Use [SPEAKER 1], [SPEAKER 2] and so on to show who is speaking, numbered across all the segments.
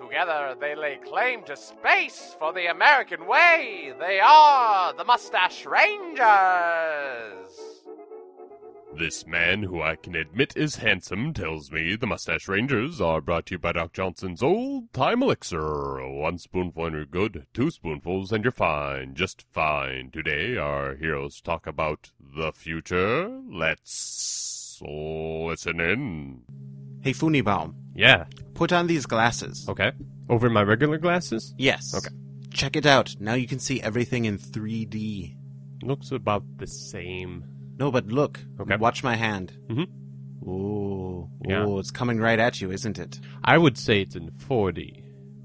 [SPEAKER 1] Together, they lay claim to space for the American way. They are the Mustache Rangers.
[SPEAKER 2] This man, who I can admit is handsome, tells me the Mustache Rangers are brought to you by Doc Johnson's Old Time Elixir. One spoonful and you're good, two spoonfuls and you're fine, just fine. Today, our heroes talk about the future. Let's listen in.
[SPEAKER 3] Hey, Funibaum,
[SPEAKER 2] Yeah,
[SPEAKER 3] put on these glasses.
[SPEAKER 2] okay. Over my regular glasses?
[SPEAKER 3] Yes.
[SPEAKER 2] Okay.
[SPEAKER 3] Check it out. Now you can see everything in 3D.
[SPEAKER 2] Looks about the same.
[SPEAKER 3] No, but look.
[SPEAKER 2] Okay.
[SPEAKER 3] Watch my hand.
[SPEAKER 2] Mhm.
[SPEAKER 3] Ooh.
[SPEAKER 2] Yeah.
[SPEAKER 3] Ooh, it's coming right at you, isn't it?
[SPEAKER 2] I would say it's in 40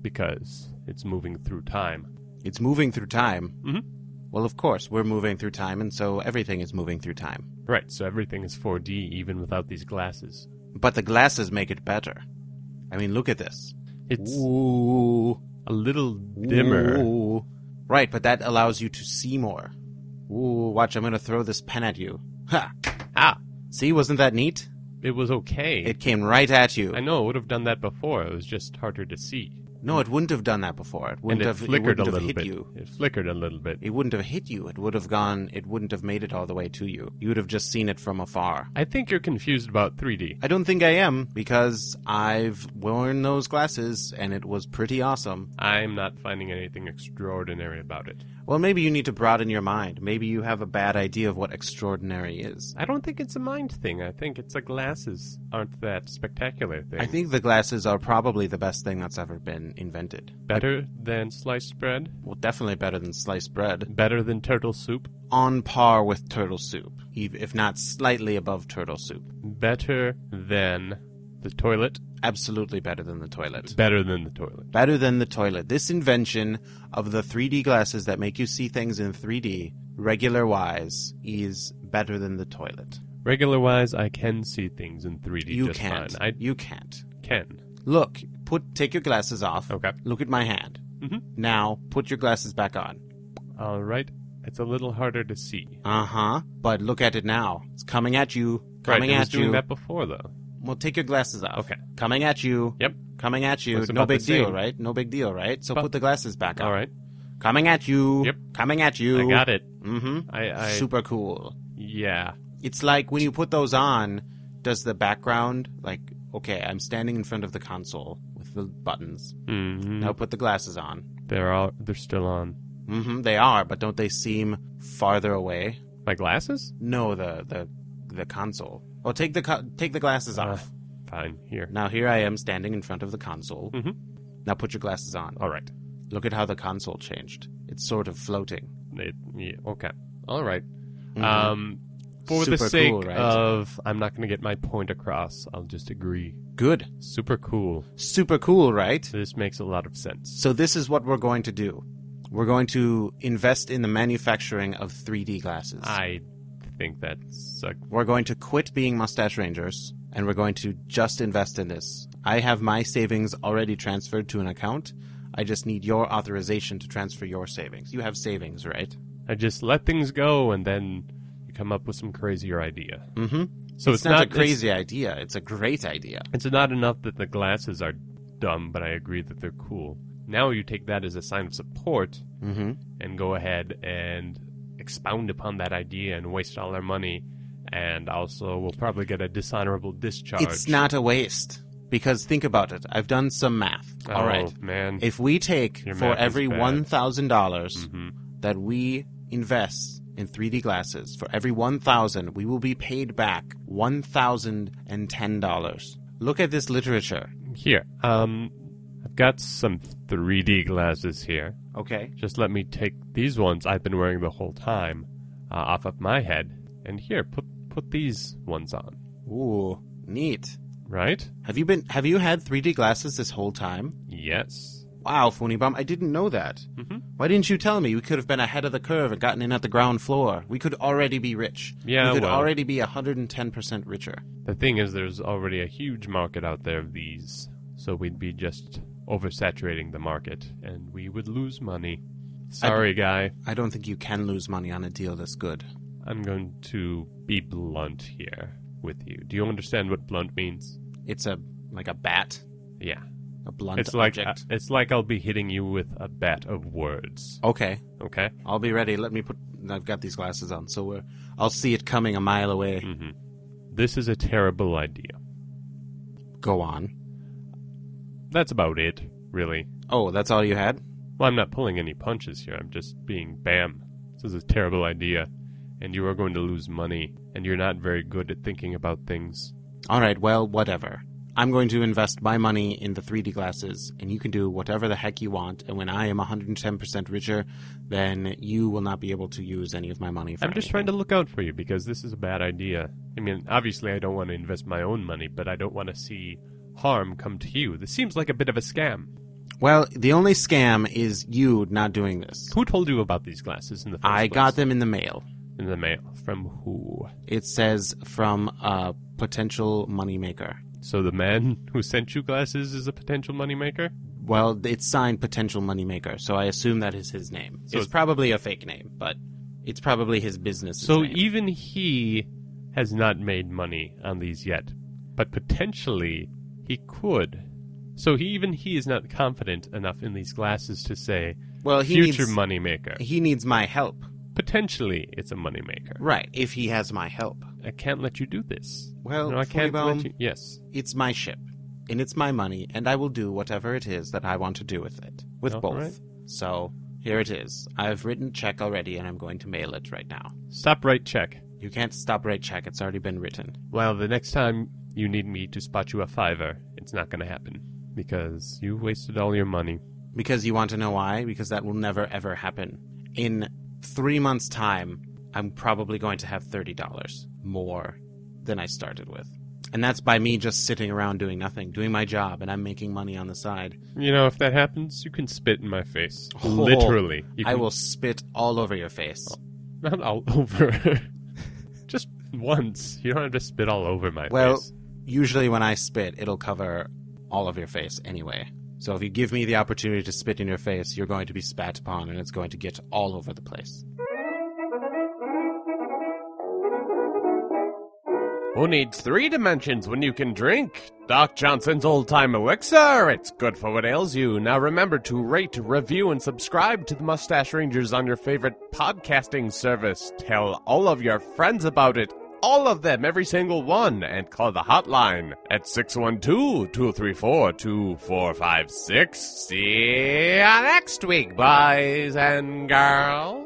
[SPEAKER 2] because it's moving through time.
[SPEAKER 3] It's moving through time.
[SPEAKER 2] Mhm.
[SPEAKER 3] Well, of course, we're moving through time, and so everything is moving through time.
[SPEAKER 2] Right, so everything is 4D even without these glasses.
[SPEAKER 3] But the glasses make it better. I mean, look at this.
[SPEAKER 2] It's
[SPEAKER 3] Ooh.
[SPEAKER 2] a little dimmer.
[SPEAKER 3] Ooh. Right, but that allows you to see more. Ooh, watch, I'm going to throw this pen at you. Ha!
[SPEAKER 2] Ah,
[SPEAKER 3] See, wasn't that neat?
[SPEAKER 2] it was okay.
[SPEAKER 3] It came right at you.
[SPEAKER 2] I know, it would have done that before. It was just harder to see.
[SPEAKER 3] No, it wouldn't have done that before. It wouldn't
[SPEAKER 2] and it
[SPEAKER 3] have it
[SPEAKER 2] flickered a
[SPEAKER 3] wouldn't have
[SPEAKER 2] little
[SPEAKER 3] hit
[SPEAKER 2] bit.
[SPEAKER 3] you.
[SPEAKER 2] It flickered a little bit.
[SPEAKER 3] It wouldn't have hit you. It would have gone. It wouldn't have made it all the way to you. You would have just seen it from afar.
[SPEAKER 2] I think you're confused about 3D.
[SPEAKER 3] I don't think I am because I've worn those glasses and it was pretty awesome.
[SPEAKER 2] I'm not finding anything extraordinary about it.
[SPEAKER 3] Well, maybe you need to broaden your mind. Maybe you have a bad idea of what extraordinary is.
[SPEAKER 2] I don't think it's a mind thing. I think it's the glasses aren't that spectacular thing.
[SPEAKER 3] I think the glasses are probably the best thing that's ever been invented.
[SPEAKER 2] better than sliced bread,
[SPEAKER 3] Well, definitely better than sliced bread.
[SPEAKER 2] better than turtle soup,
[SPEAKER 3] On par with turtle soup, ev- if not slightly above turtle soup.
[SPEAKER 2] better than the toilet,
[SPEAKER 3] Absolutely better than the toilet.
[SPEAKER 2] better than the toilet.
[SPEAKER 3] better than the toilet. This invention of the 3D glasses that make you see things in 3D, regular wise, is better than the toilet.
[SPEAKER 2] Regular wise, I can see things in 3D
[SPEAKER 3] You
[SPEAKER 2] just
[SPEAKER 3] can't.
[SPEAKER 2] fine. I
[SPEAKER 3] You can't.
[SPEAKER 2] can.
[SPEAKER 3] Look, put take your glasses off.
[SPEAKER 2] Okay.
[SPEAKER 3] Look at my hand.
[SPEAKER 2] Mhm.
[SPEAKER 3] Now put your glasses back on.
[SPEAKER 2] All right. It's a little harder to see.
[SPEAKER 3] Uh huh. But look at it now. It's coming at you. Coming
[SPEAKER 2] right, it was
[SPEAKER 3] at you.
[SPEAKER 2] doing that before though.
[SPEAKER 3] Well, take your glasses off.
[SPEAKER 2] Okay.
[SPEAKER 3] Coming at you.
[SPEAKER 2] Yep.
[SPEAKER 3] Coming at you.
[SPEAKER 2] Looks
[SPEAKER 3] no
[SPEAKER 2] about the
[SPEAKER 3] big deal,
[SPEAKER 2] same.
[SPEAKER 3] right? No big deal, right? So
[SPEAKER 2] But-
[SPEAKER 3] put the glasses back on.
[SPEAKER 2] All right.
[SPEAKER 3] Coming at you.
[SPEAKER 2] Yep.
[SPEAKER 3] Coming at you.
[SPEAKER 2] I got it.
[SPEAKER 3] Mm-hmm.
[SPEAKER 2] I, I
[SPEAKER 3] Super cool.
[SPEAKER 2] yeah.
[SPEAKER 3] It's like when you put those on, does the background like okay, I'm standing in front of the console with the buttons.
[SPEAKER 2] hmm
[SPEAKER 3] Now put the glasses on.
[SPEAKER 2] They're all they're still on.
[SPEAKER 3] hmm they are, but don't they seem farther away?
[SPEAKER 2] My glasses?
[SPEAKER 3] No, the the the console. Oh, take the co- take the glasses
[SPEAKER 2] Uh,
[SPEAKER 3] off.
[SPEAKER 2] fine. Here.
[SPEAKER 3] Now here I am standing in front of the console.
[SPEAKER 2] Mhm.
[SPEAKER 3] Now put your glasses on.
[SPEAKER 2] All right.
[SPEAKER 3] Look at how the console changed. It's sort of floating.
[SPEAKER 2] It, yeah, okay. All right. Um for the
[SPEAKER 3] Mm-hmm. Super
[SPEAKER 2] sake
[SPEAKER 3] cool, right?
[SPEAKER 2] of I'm not going to get my point across. I'll just agree.
[SPEAKER 3] Good.
[SPEAKER 2] Super cool.
[SPEAKER 3] Super cool, right?
[SPEAKER 2] This makes a lot of sense.
[SPEAKER 3] So this is what we're going to do. We're going to invest in the manufacturing of 3D glasses.
[SPEAKER 2] I think that's a
[SPEAKER 3] We're going to quit being mustache rangers and we're going to just invest in this. I have my savings already transferred to an account. I just need your authorization to transfer your savings. You have savings, right?
[SPEAKER 2] I just let things go and then you come up with some crazier idea.
[SPEAKER 3] Mm-hmm.
[SPEAKER 2] So
[SPEAKER 3] it's,
[SPEAKER 2] it's,
[SPEAKER 3] not, a crazy idea. It's a great idea.
[SPEAKER 2] It's, it's not enough that the glasses are dumb, but I agree that they're cool. Now you take that as a sign of support
[SPEAKER 3] Mm-hmm.
[SPEAKER 2] and go ahead and expound upon that idea and waste all our money. And also, we'll probably get a dishonorable discharge.
[SPEAKER 3] It's not a waste because think about it. I've done some math.
[SPEAKER 2] Oh,
[SPEAKER 3] All right.
[SPEAKER 2] man.
[SPEAKER 3] If we take
[SPEAKER 2] Your
[SPEAKER 3] for
[SPEAKER 2] math is
[SPEAKER 3] every
[SPEAKER 2] bad.
[SPEAKER 3] one dollars
[SPEAKER 2] Mhm.
[SPEAKER 3] that we invest in 3D glasses, for every one thousand, we will be paid back one thousand and ten dollars. Look at this literature.
[SPEAKER 2] Here, um, I've got some 3D glasses here.
[SPEAKER 3] Okay.
[SPEAKER 2] Just let me take these ones I've been wearing the whole time uh, off of my head, and here, put put these ones on.
[SPEAKER 3] Ooh, neat.
[SPEAKER 2] Right?
[SPEAKER 3] Have you been? Have you had 3D glasses this whole time?
[SPEAKER 2] Yes.
[SPEAKER 3] Wow, Phony Bomb, I didn't know that.
[SPEAKER 2] Mm-hmm.
[SPEAKER 3] Why didn't you tell me? We could have been ahead of the curve and gotten in at the ground floor. We could already be rich.
[SPEAKER 2] Yeah,
[SPEAKER 3] we could
[SPEAKER 2] well.
[SPEAKER 3] already be 110% richer.
[SPEAKER 2] The thing is, there's already a huge market out there of these, so we'd be just oversaturating the market, and we would lose money. Sorry, guy.
[SPEAKER 3] I don't think you can lose money on a deal this good.
[SPEAKER 2] I'm going to be blunt here with you. Do you understand what blunt means?
[SPEAKER 3] It's a like a bat,
[SPEAKER 2] Yeah.
[SPEAKER 3] a blunt
[SPEAKER 2] It's like uh,
[SPEAKER 3] object.
[SPEAKER 2] it's like I'll be hitting you with a bat of words.
[SPEAKER 3] okay,
[SPEAKER 2] Okay.
[SPEAKER 3] I'll be ready. Let me put. I've got these glasses on, so we're. I'll see it coming a mile away.
[SPEAKER 2] This is a terrible idea.
[SPEAKER 3] Go on.
[SPEAKER 2] That's about it, really.
[SPEAKER 3] Oh, that's all you had.
[SPEAKER 2] Well, I'm not pulling any punches here. I'm just being bam. This is a terrible idea, and you are going to lose money, and you're not very good at thinking about things.
[SPEAKER 3] All right. Well, whatever. I'm going to invest my money in the 3D glasses, and you can do whatever the heck you want. And when I am 110% richer, then you will not be able to use any of my money. For
[SPEAKER 2] I'm just trying to look out for you because this is a bad idea. I mean, obviously, I don't want to invest my own money, but I don't want to see harm come to you. This seems like a bit of a scam.
[SPEAKER 3] Well, the only scam is you not doing this.
[SPEAKER 2] Who told you about these glasses in the first
[SPEAKER 3] I
[SPEAKER 2] place?
[SPEAKER 3] got them in the mail.
[SPEAKER 2] in the mail. From who?
[SPEAKER 3] It says from a potential moneymaker.
[SPEAKER 2] So the man who sent you glasses is a potential moneymaker?
[SPEAKER 3] Well, it's signed potential moneymaker, so I assume that is his name.
[SPEAKER 2] So
[SPEAKER 3] it's
[SPEAKER 2] it-
[SPEAKER 3] probably a fake name, but it's probably his business.
[SPEAKER 2] So
[SPEAKER 3] name.
[SPEAKER 2] even he has not made money on these yet, but potentially he could. So he, even he is not confident enough in these glasses to say
[SPEAKER 3] well, he
[SPEAKER 2] future
[SPEAKER 3] needs,
[SPEAKER 2] moneymaker.
[SPEAKER 3] He needs my help,
[SPEAKER 2] Potentially, it's a moneymaker.
[SPEAKER 3] right? If he has my help,
[SPEAKER 2] I can't let you do this.
[SPEAKER 3] Well,
[SPEAKER 2] no, I can't
[SPEAKER 3] Fleabone-
[SPEAKER 2] let you. Yes,
[SPEAKER 3] it's my ship, and it's my money, and I will do whatever it is that I want to do with it, with
[SPEAKER 2] All
[SPEAKER 3] both.
[SPEAKER 2] right.
[SPEAKER 3] So here it is. I've written check already, and I'm going to mail it right now.
[SPEAKER 2] stop right check.
[SPEAKER 3] You can't stop right check. It's already been written.
[SPEAKER 2] Well, the next time you need me to spot you a fiver, it's not going to happen because you wasted all your money.
[SPEAKER 3] Because you want to know why? Because that will never ever happen. In three months' time, I'm probably going to have $30 more than I started with. And that's by me just sitting around doing nothing, doing my job, and I'm making money on the side.
[SPEAKER 2] You know, if that happens, you can spit in my face.
[SPEAKER 3] Oh,
[SPEAKER 2] Literally, you
[SPEAKER 3] I
[SPEAKER 2] can Oh,
[SPEAKER 3] will spit all over your face.
[SPEAKER 2] Not all over. Just once. You don't have to spit all over my
[SPEAKER 3] well,
[SPEAKER 2] face.
[SPEAKER 3] usually when I spit, it'll cover all of your face anyway. So if you give me the opportunity to spit in your face, you're going to be spat upon and it's going to get all over the place.
[SPEAKER 4] Who needs three dimensions when you can drink? Doc Johnson's Old Time Elixir. It's good for what ails you. Now remember to rate, review, and subscribe to the Mustache Rangers on your favorite podcasting service. Tell all of your friends about it. All of them, every single one, and call the hotline at 612 234 2456. See ya next week, boys and girls.